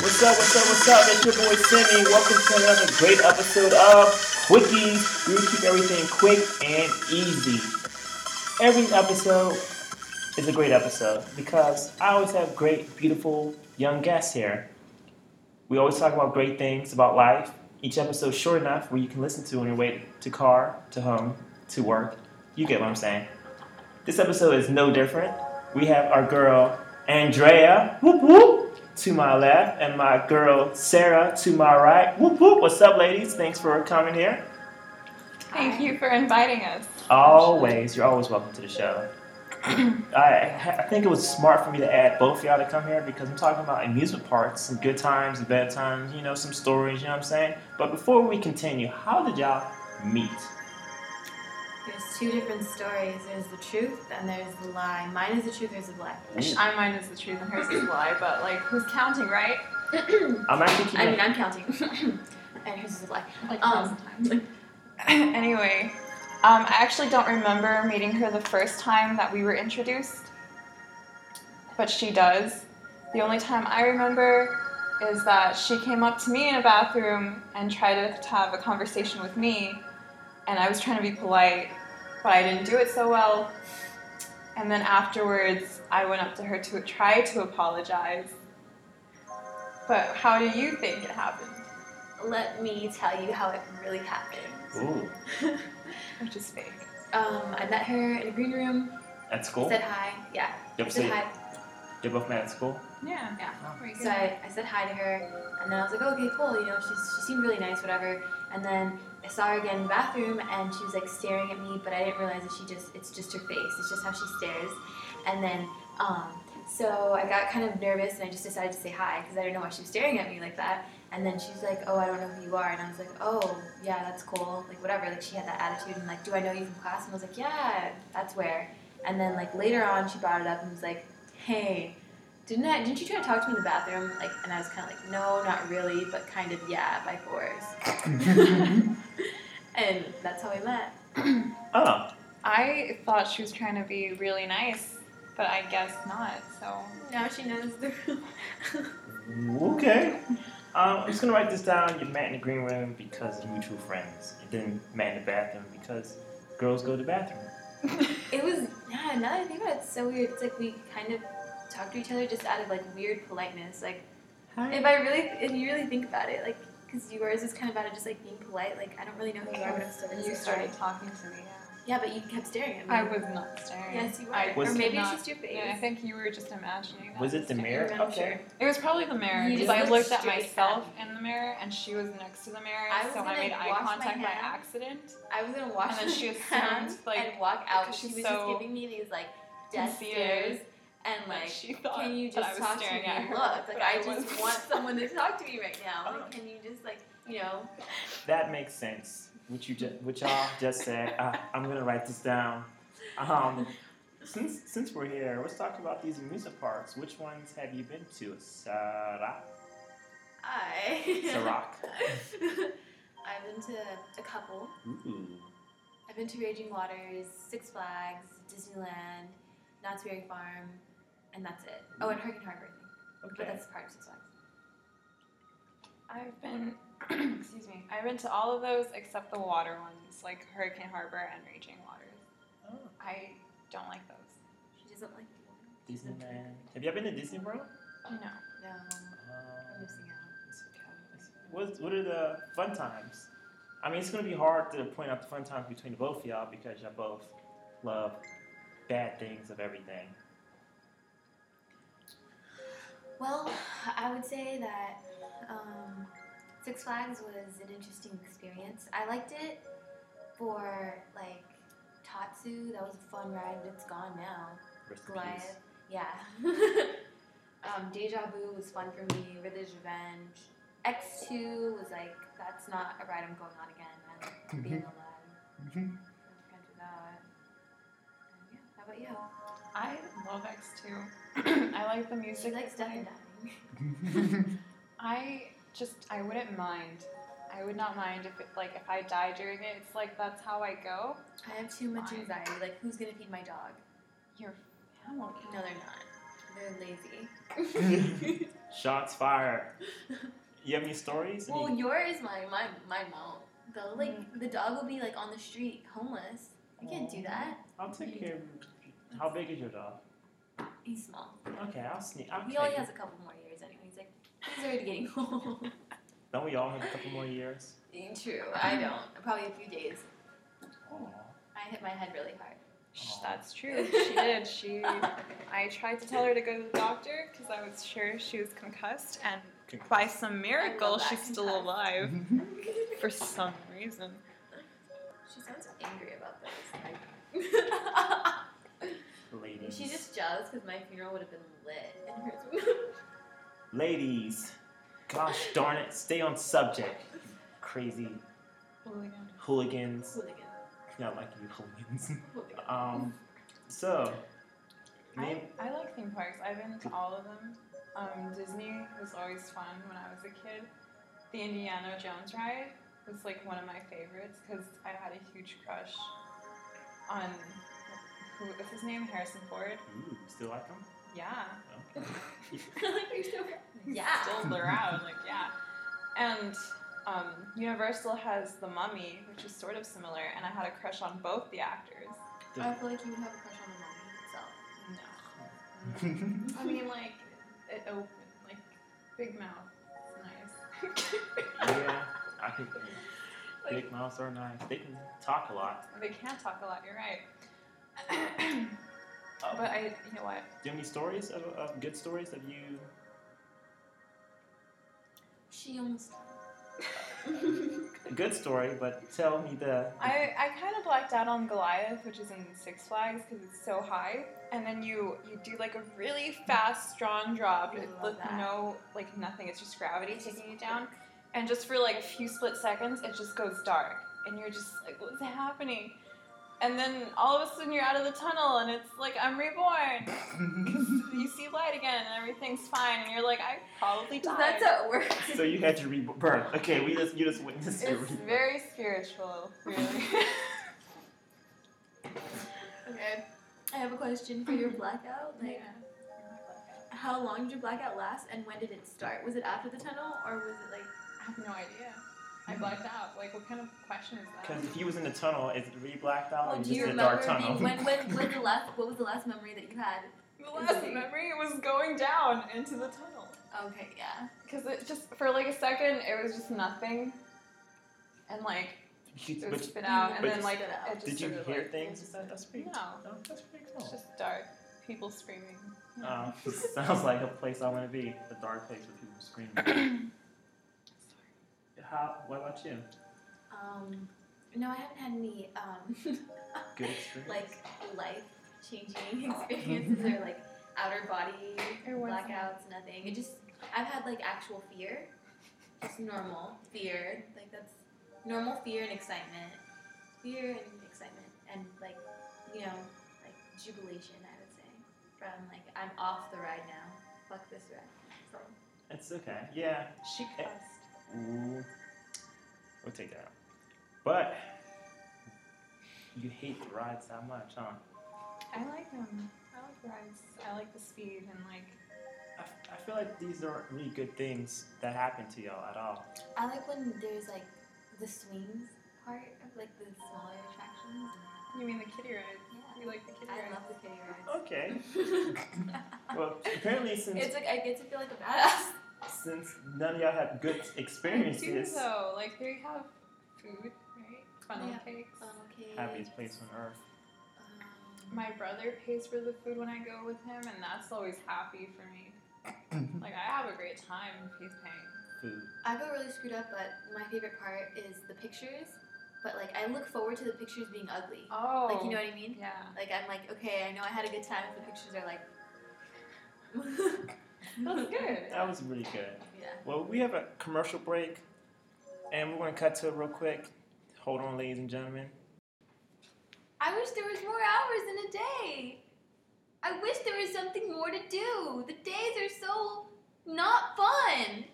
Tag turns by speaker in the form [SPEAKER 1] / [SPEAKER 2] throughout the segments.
[SPEAKER 1] What's up, what's up, what's up? It's your boy Simi. Welcome to another great episode of Quickies. We keep everything quick and easy. Every episode is a great episode because I always have great, beautiful young guests here. We always talk about great things about life. Each episode short enough where you can listen to on your way to car, to home, to work. You get what I'm saying. This episode is no different. We have our girl Andrea whoop, whoop, to my left and my girl Sarah to my right. Whoop, whoop. What's up, ladies? Thanks for coming here.
[SPEAKER 2] Thank you for inviting us.
[SPEAKER 1] Always, you're always welcome to the show. I, I think it was smart for me to add both of y'all to come here because I'm talking about amusement parks, some good times, and bad times, you know, some stories, you know what I'm saying? But before we continue, how did y'all meet?
[SPEAKER 3] There's two different stories. There's the truth and there's the lie. Mine is the truth. There's a lie.
[SPEAKER 1] Ooh.
[SPEAKER 2] I mine is the truth and hers is a lie, but like who's counting, right?
[SPEAKER 1] I'm actually keeping
[SPEAKER 3] I mean, I'm counting. and hers is a lie.
[SPEAKER 2] Like
[SPEAKER 3] Um,
[SPEAKER 2] anyway, um, I actually don't remember meeting her the first time that we were introduced, but she does. The only time I remember is that she came up to me in a bathroom and tried to, to have a conversation with me, and I was trying to be polite, but I didn't do it so well. And then afterwards, I went up to her to try to apologize. But how do you think it happened?
[SPEAKER 3] let me tell you how it really happened.
[SPEAKER 1] Ooh,
[SPEAKER 2] Which is fake.
[SPEAKER 3] Um, I met her in a green room.
[SPEAKER 1] at school?
[SPEAKER 3] Said hi. Yeah.
[SPEAKER 1] Yep, so
[SPEAKER 3] Said hi.
[SPEAKER 1] they both met at school?
[SPEAKER 2] Yeah.
[SPEAKER 3] Yeah.
[SPEAKER 2] Very good.
[SPEAKER 3] Oh. So I, I said hi to her, and then I was like, okay, cool, you know, she's, she seemed really nice, whatever. And then I saw her again in the bathroom, and she was like staring at me, but I didn't realize that she just, it's just her face, it's just how she stares. And then, um, so I got kind of nervous, and I just decided to say hi, because I didn't know why she was staring at me like that. And then she's like, oh, I don't know who you are. And I was like, oh, yeah, that's cool, like whatever. Like she had that attitude, and like, do I know you from class? And I was like, yeah, that's where. And then like later on, she brought it up and was like, hey, didn't I? Didn't you try to talk to me in the bathroom? Like, and I was kind of like, no, not really, but kind of, yeah, by force. and that's how we met.
[SPEAKER 1] Oh,
[SPEAKER 2] I thought she was trying to be really nice, but I guess not. So
[SPEAKER 3] Now she knows the room.
[SPEAKER 1] Okay. Um, I'm just gonna write this down. You met in the green room because of mutual friends, and then met in the bathroom because girls go to the bathroom.
[SPEAKER 3] it was yeah. Now that I think about it, it's so weird. It's like we kind of talk to each other just out of like weird politeness. Like,
[SPEAKER 1] Hi.
[SPEAKER 3] if I really, if you really think about it, like, because yours is kind of out of just like being polite. Like, I don't really know who you are, but I'm still gonna
[SPEAKER 2] you
[SPEAKER 3] say
[SPEAKER 2] started
[SPEAKER 3] hi.
[SPEAKER 2] talking to me. Yeah.
[SPEAKER 3] Yeah, but you kept staring at me.
[SPEAKER 2] I was not staring.
[SPEAKER 3] Yes, you were.
[SPEAKER 2] I
[SPEAKER 1] Was-
[SPEAKER 3] or
[SPEAKER 2] did
[SPEAKER 3] maybe it's
[SPEAKER 2] not-
[SPEAKER 3] just your face.
[SPEAKER 2] Yeah, I think you were just imagining. That
[SPEAKER 1] Was it the
[SPEAKER 2] staring.
[SPEAKER 1] mirror?
[SPEAKER 3] I'm
[SPEAKER 1] Okay.
[SPEAKER 2] It was probably the mirror
[SPEAKER 3] You
[SPEAKER 2] because
[SPEAKER 3] just
[SPEAKER 2] I
[SPEAKER 3] looked
[SPEAKER 2] looked at
[SPEAKER 3] straight at
[SPEAKER 2] myself
[SPEAKER 3] me.
[SPEAKER 2] in the mirror and she was next to the mirror,
[SPEAKER 3] I was
[SPEAKER 2] so I
[SPEAKER 3] gonna
[SPEAKER 2] made eye
[SPEAKER 3] wash my
[SPEAKER 2] contact by
[SPEAKER 3] hand.
[SPEAKER 2] accident.
[SPEAKER 3] I was gonna wash
[SPEAKER 2] And then
[SPEAKER 3] my
[SPEAKER 2] she assumed,
[SPEAKER 3] hands
[SPEAKER 2] like,
[SPEAKER 3] and walk out.
[SPEAKER 2] because
[SPEAKER 3] She
[SPEAKER 2] she's
[SPEAKER 3] was
[SPEAKER 2] so
[SPEAKER 3] just giving me these like death
[SPEAKER 2] conceited
[SPEAKER 3] stares and
[SPEAKER 2] Like,
[SPEAKER 3] like,
[SPEAKER 2] she thought
[SPEAKER 3] can you
[SPEAKER 2] that I
[SPEAKER 3] just
[SPEAKER 2] was
[SPEAKER 3] talk to me?
[SPEAKER 2] staring at her,
[SPEAKER 3] and Look, like
[SPEAKER 2] but
[SPEAKER 3] I,
[SPEAKER 2] I
[SPEAKER 3] just
[SPEAKER 2] wasn't. Uh-huh.
[SPEAKER 3] want someone to talk to me right now.
[SPEAKER 1] Oh.
[SPEAKER 3] Like, can you just like you know?
[SPEAKER 1] That makes sense. What you just, what y'all just said. Uh, I'm gonna write this down. Um, since since we're here, let's talk about these amusement parks. Which ones have you been to? Sarak.
[SPEAKER 3] I.
[SPEAKER 1] Sarak.
[SPEAKER 3] I've been to a couple.
[SPEAKER 1] Ooh.
[SPEAKER 3] I've been to Raging Waters, Six Flags, Disneyland, Knott's Berry Farm, and that's it. Oh, and Hurricane Harbor, I think. but
[SPEAKER 1] Okay.
[SPEAKER 3] that's part of Six Flags.
[SPEAKER 2] I've been, excuse me, I've been to all of those except the water ones, like Hurricane Harbor and Raging Waters.
[SPEAKER 1] Oh,
[SPEAKER 2] I don't like those.
[SPEAKER 3] She doesn't like the
[SPEAKER 1] Disneyland. Have y'all been to Disney World?
[SPEAKER 2] No.
[SPEAKER 3] No,
[SPEAKER 1] Um,
[SPEAKER 3] I'm missing out.
[SPEAKER 1] What, what are the fun times? I mean, it's going to be hard to point out the fun times between the both of y'all because y'all both love bad things of everything.
[SPEAKER 3] Well, I would say that um, Six Flags was an interesting experience. I liked it for like Tatsu. That was a fun ride, but it's gone now.
[SPEAKER 1] Rest in peace.
[SPEAKER 3] Goliath, yeah. um, Deja Vu was fun for me. Riddler's Revenge. X Two was like that's not a ride I'm going on again. I like being alive.
[SPEAKER 1] Mhm.
[SPEAKER 3] So I'm gonna do that. And yeah, how about you?
[SPEAKER 2] I love X2. I like the music.
[SPEAKER 3] She likes
[SPEAKER 2] that
[SPEAKER 3] Death
[SPEAKER 2] they-
[SPEAKER 3] and Dying.
[SPEAKER 2] I just, I wouldn't mind. I would not mind if it, like, if I die during it. It's like, that's how I go.
[SPEAKER 3] I have too much
[SPEAKER 2] Fine.
[SPEAKER 3] anxiety. Like, who's gonna feed my dog?
[SPEAKER 2] Your family.
[SPEAKER 3] No, they're not. They're lazy.
[SPEAKER 1] Shots fired. You have any stories?
[SPEAKER 3] Well,
[SPEAKER 1] Any-
[SPEAKER 3] yours, my my my mom. The like the dog will be like on the street, homeless. You can't do that.
[SPEAKER 1] I'll take care. of How big is your dog?
[SPEAKER 3] He's small.
[SPEAKER 1] Okay, I'll sneak. I'll
[SPEAKER 3] He
[SPEAKER 1] take
[SPEAKER 3] only
[SPEAKER 1] it.
[SPEAKER 3] has a couple more years anyway. He's like he's already getting old.
[SPEAKER 1] Don't we all have a couple more years?
[SPEAKER 3] True, I don't. Probably a few days.
[SPEAKER 1] Oh.
[SPEAKER 3] I hit my head really hard.
[SPEAKER 2] Sh- That's true. She did. She. I tried to tell her to go to the doctor because I was sure she was concussed, and by some
[SPEAKER 3] I
[SPEAKER 2] miracle,
[SPEAKER 3] love that
[SPEAKER 2] she's still
[SPEAKER 3] concussed.
[SPEAKER 2] alive
[SPEAKER 1] Aw.
[SPEAKER 2] for some reason.
[SPEAKER 3] She sounds angry about this.
[SPEAKER 1] Ladies.
[SPEAKER 3] She's just jealous because my funeral would have been lit and hers would.
[SPEAKER 1] Ladies. Gosh darn it. Stay on subject. you Crazy
[SPEAKER 2] Hooligan.
[SPEAKER 1] hooligans.
[SPEAKER 3] Hooligan.
[SPEAKER 1] Not like you hooligans.
[SPEAKER 3] Hooligan.
[SPEAKER 1] Um, so,
[SPEAKER 2] I,
[SPEAKER 1] name,
[SPEAKER 2] I like theme parks. I've been to all of them. Um, Disney was always fun when I was a kid. The Indiana Jones ride was like one of my favorites because I had a huge crush on who is his name? Harrison Ford.
[SPEAKER 1] ooh, still like them?
[SPEAKER 2] Yeah,
[SPEAKER 3] You're so
[SPEAKER 2] yeah,
[SPEAKER 3] yeah.
[SPEAKER 2] still around. Like yeah, and um, Universal has The Mummy, which is sort of similar, and I had a crush on both the actors.
[SPEAKER 3] I feel like you would have a crush on the mummy
[SPEAKER 1] Okay.
[SPEAKER 2] No,
[SPEAKER 3] itself.
[SPEAKER 2] I mean like it opened like big mouth. It's nice.
[SPEAKER 1] yeah, I think big mouths are nice. They can talk a lot.
[SPEAKER 2] They can talk a lot. You're right. but
[SPEAKER 1] Uh,
[SPEAKER 2] I, you know what?
[SPEAKER 1] do you have any stories of, of good stories of you?
[SPEAKER 3] She almost.
[SPEAKER 1] A good story, but tell me the.
[SPEAKER 2] I, I kind of blacked out on Goliath, which is in Six Flags, because it's so high. And then you you do like a really fast, strong drop
[SPEAKER 3] I love
[SPEAKER 2] with
[SPEAKER 3] that.
[SPEAKER 2] no like nothing. It's just gravity taking you down, and just for like a few split seconds, it just goes dark, and you're just like, what's happening? And then all of a sudden, you're out of the tunnel, and it's like I'm reborn. You see light again, and everything's fine, and you're like, I probably died.
[SPEAKER 3] That's how it works.
[SPEAKER 1] so you had your rebirth. Okay, we just you just witnessed your
[SPEAKER 2] It's
[SPEAKER 1] rebirth.
[SPEAKER 2] very spiritual, really.
[SPEAKER 3] Okay. I have a question for your blackout. Like, how long did your blackout last, and when did it start? Was it after the tunnel, or was it like?
[SPEAKER 2] I have no idea. I
[SPEAKER 1] Hmm.
[SPEAKER 2] blacked out. Like, what kind of question is
[SPEAKER 1] Because
[SPEAKER 2] that?
[SPEAKER 1] if you was in the tunnel, is it really blacked out?
[SPEAKER 3] Well,
[SPEAKER 1] or
[SPEAKER 3] do you
[SPEAKER 1] Uh, just in a
[SPEAKER 3] remember
[SPEAKER 1] dark tunnel?
[SPEAKER 3] being, when, when, when the last? What was the last memory that you had?
[SPEAKER 2] The last memory was going down into the tunnel.
[SPEAKER 3] Okay, yeah.
[SPEAKER 2] Because it just, for like a second, it was just nothing. And like, it
[SPEAKER 1] You-
[SPEAKER 2] was
[SPEAKER 1] but
[SPEAKER 2] spit out, and
[SPEAKER 1] but
[SPEAKER 2] then
[SPEAKER 1] you
[SPEAKER 2] like,
[SPEAKER 3] spit out.
[SPEAKER 2] it just
[SPEAKER 1] did you
[SPEAKER 2] sort of,
[SPEAKER 1] hear
[SPEAKER 2] like,
[SPEAKER 1] things? Is that- that's pretty.
[SPEAKER 2] No.
[SPEAKER 1] no, that's pretty cool.
[SPEAKER 2] It's just dark. People screaming.
[SPEAKER 1] Um, sounds like a place I want to be. A dark place with people screaming. How? What about you?
[SPEAKER 3] Um, no, I haven't had any um,
[SPEAKER 1] Good experience.
[SPEAKER 3] like life-changing experiences or like outer body
[SPEAKER 2] Or what's
[SPEAKER 3] blackouts. Nothing. It just I've had like actual fear, just normal fear. Like that's normal fear and excitement, fear and excitement, and like you know like jubilation. I would say from like I'm off the ride now. Fuck this ride. So,
[SPEAKER 1] it's okay. Yeah.
[SPEAKER 2] She
[SPEAKER 1] eh.
[SPEAKER 2] cussed.
[SPEAKER 1] Ooh. We'll take that out. But you hate the rides that much, huh?
[SPEAKER 2] I like them. I like rides. I like the speed and like
[SPEAKER 1] I, I feel like these aren't really good things that happen to y'all at all.
[SPEAKER 3] I like when there's like the swings part of like the smaller attractions.
[SPEAKER 2] You mean the kitty ride?
[SPEAKER 3] Yeah.
[SPEAKER 2] You like the kitty
[SPEAKER 3] I
[SPEAKER 2] ride?
[SPEAKER 3] love the kitty
[SPEAKER 1] Okay.
[SPEAKER 3] rides. it's
[SPEAKER 1] Well, apparently since
[SPEAKER 3] like I get to feel like a badass.
[SPEAKER 1] since none of y'all have good
[SPEAKER 2] I do
[SPEAKER 1] experiences,
[SPEAKER 2] though. Like they have food, right? Funnel
[SPEAKER 3] Yeah.
[SPEAKER 2] cakes.
[SPEAKER 3] Okay. um,
[SPEAKER 1] happiest place on earth.
[SPEAKER 2] My brother pays for the food when I go with him, and that's always happy for me. like I have a great time if he's paying.
[SPEAKER 1] Food.
[SPEAKER 3] I got really screwed up, but my favorite part is the pictures. But like I look forward to the pictures being ugly.
[SPEAKER 2] Oh,
[SPEAKER 3] Like you know what I mean?
[SPEAKER 2] yeah.
[SPEAKER 3] Like I'm like okay, I know I had a good time if the pictures are like.
[SPEAKER 2] That's good.
[SPEAKER 1] That was really good.
[SPEAKER 3] yeah.
[SPEAKER 1] Well, we have a commercial break, and we're going to cut to it real quick. Hold on, ladies and gentlemen.
[SPEAKER 3] I wish there was more hours in a day. I wish there was something more to do. The days are so not fun.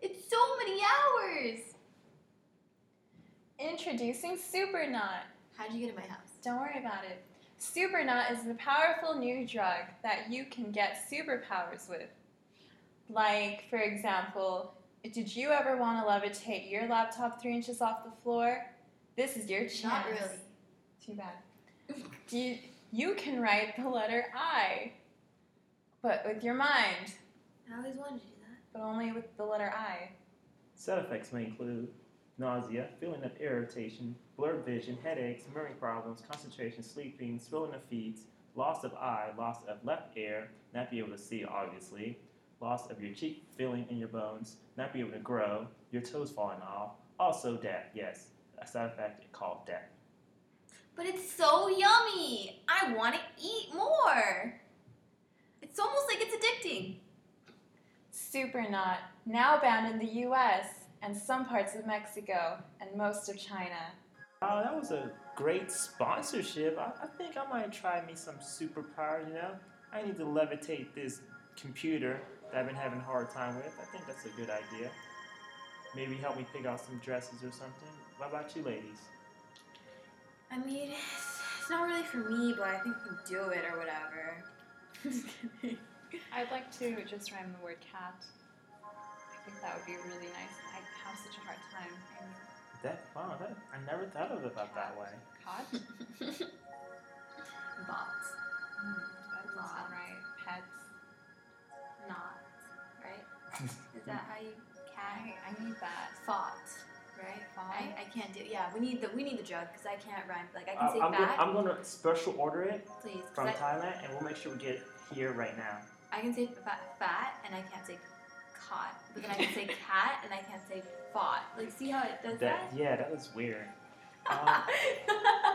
[SPEAKER 3] It's so many hours.
[SPEAKER 2] Introducing Super Knot.
[SPEAKER 3] How'd you get in my house?
[SPEAKER 2] Don't worry about it. Supernut is the powerful new drug that you can get superpowers with. Like, for example, did you ever want to levitate your laptop three inches off the floor? This is your chance.
[SPEAKER 3] Not really.
[SPEAKER 2] Too bad. Do you, you can write the letter I, but with your mind,
[SPEAKER 3] I always wanted to do that.
[SPEAKER 2] but only with the letter I.
[SPEAKER 1] Side effects may include nausea, feeling of irritation, blurred vision, headaches, memory problems, concentration, sleeping, swelling of feet, loss of eye, loss of left ear, not be able to see, obviously, loss of your cheek, feeling in your bones, not be able to grow, your toes falling off, also death. Yes, a side effect called death.
[SPEAKER 3] But it's so yummy. I want to eat more. It's almost like it's addicting.
[SPEAKER 2] Super not, now banned in the US and some parts of Mexico and most of China.
[SPEAKER 1] Wow, Oh, that was a great sponsorship. I, I think I might try me some superpower, you know? I need to levitate this computer that I've been having a hard time with. I think that's a good idea. Maybe help me pick out some dresses or something. What about you ladies?
[SPEAKER 3] I mean, it's, it's not really for me, but I think I can do it or whatever. Just kidding.
[SPEAKER 2] I'd like to just rhyme the word cat. I think that would be really nice. I have such a hard time.
[SPEAKER 1] That wow, that, I never thought of it about that way.
[SPEAKER 2] Cod?
[SPEAKER 3] Bots,
[SPEAKER 2] that doesn't sound right. Pets.
[SPEAKER 3] not right. Is that how you cat?
[SPEAKER 2] I, I need that.
[SPEAKER 3] Fought, right?
[SPEAKER 2] Fought?
[SPEAKER 3] I, I can't do. Yeah, we need the we need the drug because I can't rhyme. Like I can
[SPEAKER 1] Uh,
[SPEAKER 3] say
[SPEAKER 1] I'm, gonna,
[SPEAKER 3] fat,
[SPEAKER 1] I'm gonna special order it
[SPEAKER 3] please. 'cause
[SPEAKER 1] from
[SPEAKER 3] I,
[SPEAKER 1] Thailand and we'll make sure we get it here right now.
[SPEAKER 3] I can say fat, fat, and I can't say caught, but then I can say cat, and I can't say fought. Like, see how it does
[SPEAKER 1] That yeah, that was weird. Um,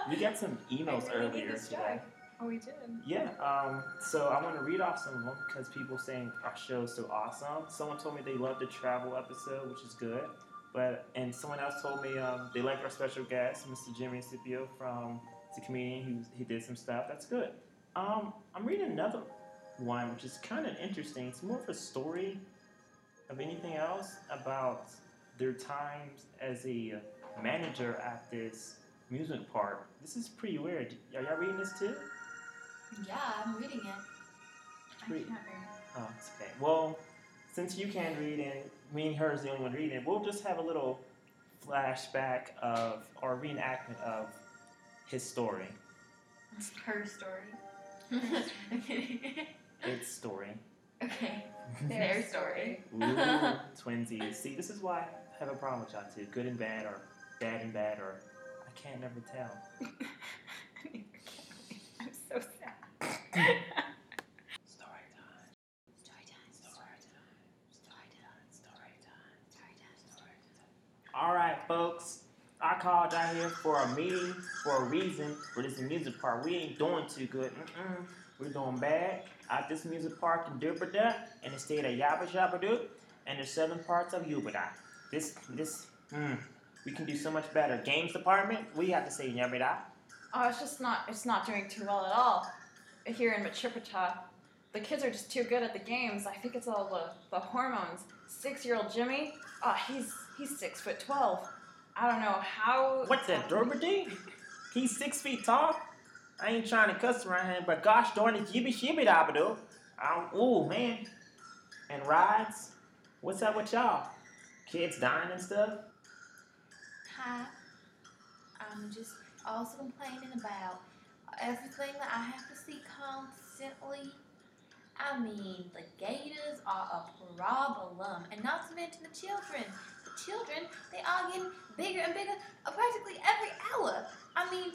[SPEAKER 1] we got some emails
[SPEAKER 2] I really need
[SPEAKER 1] earlier
[SPEAKER 2] this
[SPEAKER 1] today.
[SPEAKER 2] job. Oh, we did.
[SPEAKER 1] Yeah, um, so I want to read off some of them because people saying our show is so awesome. Someone told me they loved the travel episode, which is good. But and someone else told me um, they liked our special guest, Mr. Jimmy Scipio from the comedian who he did some stuff. That's good. Um, I'm reading another one, which is kind of interesting. It's more of a story of anything else about their times as a manager at this amusement park. This is pretty weird. Are y'all reading this too?
[SPEAKER 3] yeah, I'm reading it.
[SPEAKER 2] I can't
[SPEAKER 1] Wait.
[SPEAKER 2] read.
[SPEAKER 1] Oh, it's okay. Well, since you can't read and me and her is the only one reading, we'll just have a little flashback of or reenactment of his story,
[SPEAKER 3] Her story. I'm kidding.
[SPEAKER 1] its story.
[SPEAKER 3] Okay.
[SPEAKER 2] Their
[SPEAKER 3] Their
[SPEAKER 2] story.
[SPEAKER 3] story.
[SPEAKER 1] Ooh, Mm-hmm. twinsies. See, this is why I have a problem with y'all too. Good and bad, or bad and bad, or I can't never tell.
[SPEAKER 2] I'm so sad.
[SPEAKER 1] Story time.
[SPEAKER 3] Story time.
[SPEAKER 1] Story time.
[SPEAKER 3] Story time.
[SPEAKER 1] Story time.
[SPEAKER 3] Story time.
[SPEAKER 1] All right, folks. I called out here for a meeting for a reason. For this music park, we ain't doing too good. Mm-mm. We're doing bad at this music park in Duperda, in the state of Yabba Jabba Doo, and the southern parts of Yubada. This, this, mm, we can do so much better. Games department, we have to say Yabada.
[SPEAKER 2] Oh, it's just not. It's not doing too well at all. Here in Machipata, the kids are just too good at the games. I think it's all the, the hormones. Six-year-old Jimmy, ah, he's he's six foot twelve. I don't know how.
[SPEAKER 1] What's that, Duperda? He's six feet tall. I ain't trying to cuss around him, but gosh darn it, Jibby Shibby Dabba Doo. I don't- Ooh, man. And rides. What's up with y'all? Kids dying and stuff?
[SPEAKER 3] Hi. I'm just also complaining about everything that I have to see constantly. I mean, the gators are a problem, and not to mention the children. The children, they are getting bigger and bigger uh, practically every hour. I mean,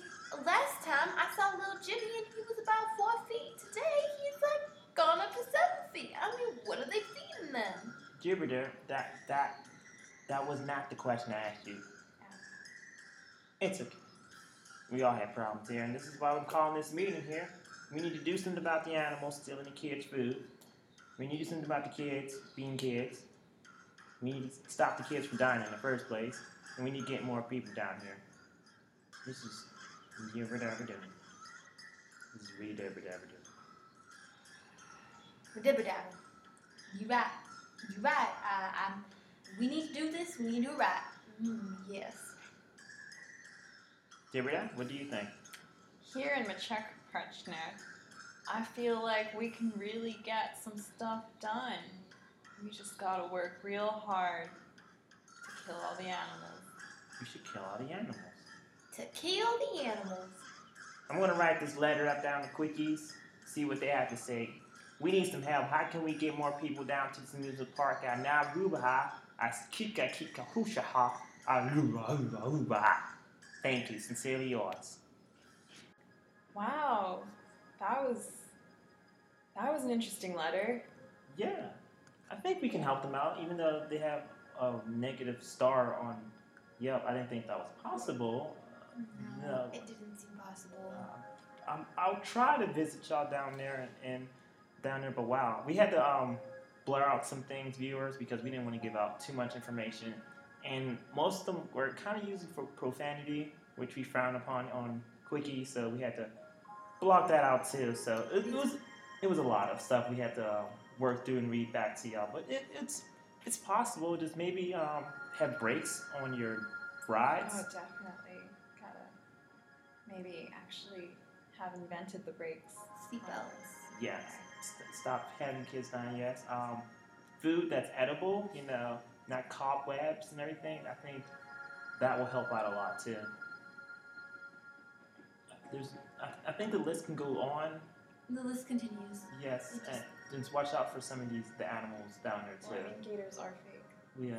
[SPEAKER 3] last time I saw little Jimmy and he was about four feet. Today he's like gone up to seven feet. I mean, what are they feeding them?
[SPEAKER 1] Jupiter, that that that was not the question I asked you. It's okay. We all have problems here, and this is why I'm calling this meeting here. We need to do something about the animals stealing the kids' food. We need to do something about the kids being kids. We need to stop the kids from dying in the first place, and we need to get more people down here. This is never ever doing. This is really never ever doing.
[SPEAKER 3] Dibba-dabba. You right. You right. I, I'm. We need to do this. We need to do it right. Mm, yes.
[SPEAKER 1] Deborah, what do you think?
[SPEAKER 2] Here in Machekparchna, I feel like we can really get some stuff done. We just gotta work real hard to kill all the animals.
[SPEAKER 1] You should kill all the animals.
[SPEAKER 3] To kill the animals.
[SPEAKER 1] I'm gonna write this letter up down to Quickies, see what they have to say. We need some help. How can we get more people down to this amusement park? I now rubaha, I kika kika hushaha, I ruba ruba ruba. Thank you. Sincerely yours.
[SPEAKER 2] Wow, that was that was an interesting letter.
[SPEAKER 1] Yeah, I think we can help them out, even though they have a negative star on Yelp. I didn't think that was possible. No.
[SPEAKER 3] It didn't seem possible.
[SPEAKER 1] Uh, I'm, I'll try to visit y'all down there and, and down there, but wow, we had to um, blur out some things, viewers, because we didn't want to give out too much information, and most of them were kind of used for profanity, which we frown upon on Quickie, so we had to block that out too. So it, it was it was a lot of stuff we had to uh, work through and read back to y'all, but it, it's it's possible. Just maybe um, have breaks on your rides.
[SPEAKER 2] Oh, definitely gotta maybe actually have invented the brakes.
[SPEAKER 3] Seatbelts.
[SPEAKER 1] Yes. St- stop having kids dying. Yes. Um, food that's edible. You know, not cobwebs and everything. I think that will help out a lot too. There's, I, I think the list can go on.
[SPEAKER 3] The list continues.
[SPEAKER 1] Yes, and just watch out for some of these the animals down there
[SPEAKER 2] Well, I mean,
[SPEAKER 1] too.
[SPEAKER 2] gators are fake.
[SPEAKER 1] Yeah,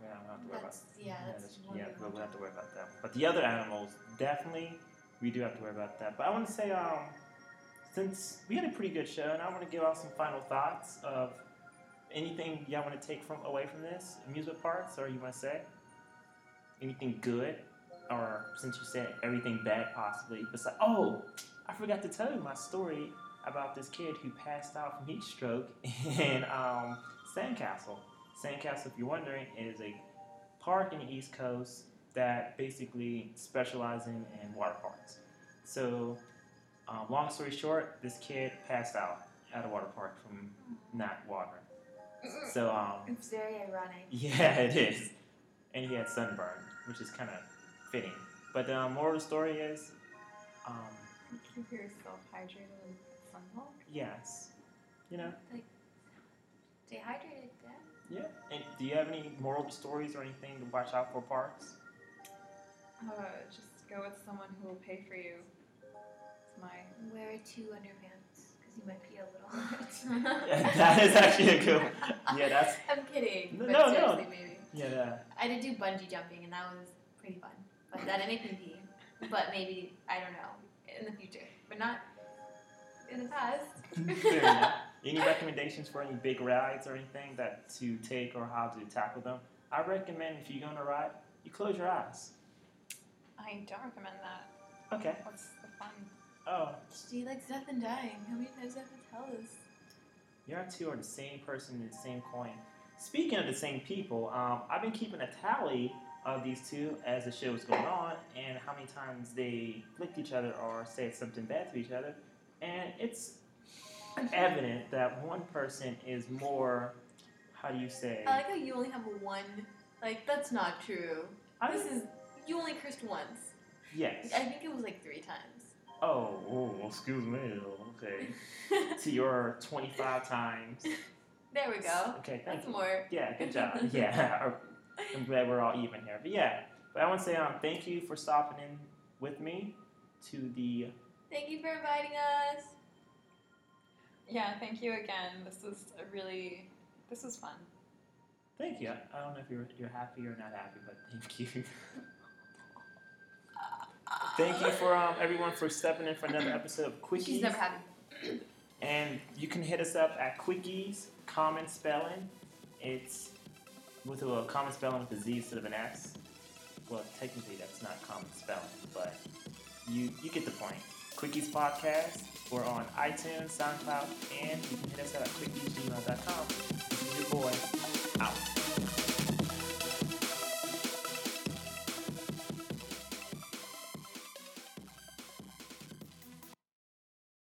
[SPEAKER 1] we don't have to worry about.
[SPEAKER 3] That's yeah. That's one
[SPEAKER 1] yeah,
[SPEAKER 3] big
[SPEAKER 1] we'll
[SPEAKER 3] one.
[SPEAKER 1] have to worry about that. But the other animals, definitely, we do have to worry about that. But I want to say, um, since we had a pretty good show, and I want to give out some final thoughts of anything y'all want to take from away from this amusement parks, or you want to say anything good, or since you said everything bad possibly. Besides, oh, I forgot to tell you my story about this kid who passed out from heat stroke in um, Sandcastle. Sandcastle, if you're wondering, is a park in the East Coast that basically specializing in water parks. So, um, long story short, this kid passed out at a water park from not water. So, um,
[SPEAKER 3] It's very ironic.
[SPEAKER 1] yeah, it is. And he had sunburn, which is kind of fitting. But the moral of the story is, um,
[SPEAKER 2] Keep yourself hydrated and sunblock.
[SPEAKER 1] yes, you know,
[SPEAKER 3] Stay hydrated, Dad.
[SPEAKER 1] yeah. And do you have any moral stories or anything to watch out for parks?
[SPEAKER 2] Uh, just go with someone who will pay for you. It's my
[SPEAKER 3] Wear two underpants because you might pee a little.
[SPEAKER 1] Yeah, that is actually a good one. Yeah, that's
[SPEAKER 3] I'm kidding.
[SPEAKER 1] No,
[SPEAKER 3] but
[SPEAKER 1] no, no.
[SPEAKER 3] seriously, maybe.
[SPEAKER 1] yeah.
[SPEAKER 3] I did do bungee jumping, and that was pretty fun. But that didn't make me pee. But maybe I don't know in the future, but not in the past.
[SPEAKER 1] Fair enough. Any recommendations for any big rides or anything that to take or how to tackle them? I recommend if you're going to ride, you close your eyes.
[SPEAKER 2] I don't recommend that.
[SPEAKER 1] Okay.
[SPEAKER 2] What's the fun?
[SPEAKER 1] Oh,
[SPEAKER 3] She likes death and dying. How many times do I have to tell this?
[SPEAKER 1] you two are the same person and the same coin. Speaking of the same people, um, I've been keeping a tally of these two as the show is going on and how many times they flicked each other or said something bad to each other. And it's evident that one person is more, how do you say?
[SPEAKER 3] I like how you only have one. Like that's not true.
[SPEAKER 1] I
[SPEAKER 3] This is you only cursed once.
[SPEAKER 1] Yes.
[SPEAKER 3] I think it was like three times.
[SPEAKER 1] Oh, oh, excuse me. Okay. to your 25 times.
[SPEAKER 3] there we go.
[SPEAKER 1] Okay, thank
[SPEAKER 3] That's
[SPEAKER 1] you.
[SPEAKER 3] more.
[SPEAKER 1] Yeah, good job. Yeah, I'm glad we're all even here. But yeah, but I want to say um, thank you for stopping in with me to the.
[SPEAKER 3] Thank you for inviting us.
[SPEAKER 2] Yeah, thank you again. This was a really this was fun.
[SPEAKER 1] Thank you. I I don't know if you're, you're happy or not happy, but thank you. thank you for um, everyone for stepping in for another episode of Quickies.
[SPEAKER 3] She's never happy.
[SPEAKER 1] And you can hit us up at Quickies Common Spelling. It's with a common spelling with a Z instead of an S. Well, technically that's not common spelling, but you you get the point. Quickies Podcast. We're on iTunes, SoundCloud, and you can hit us up at quickiesgmail.com.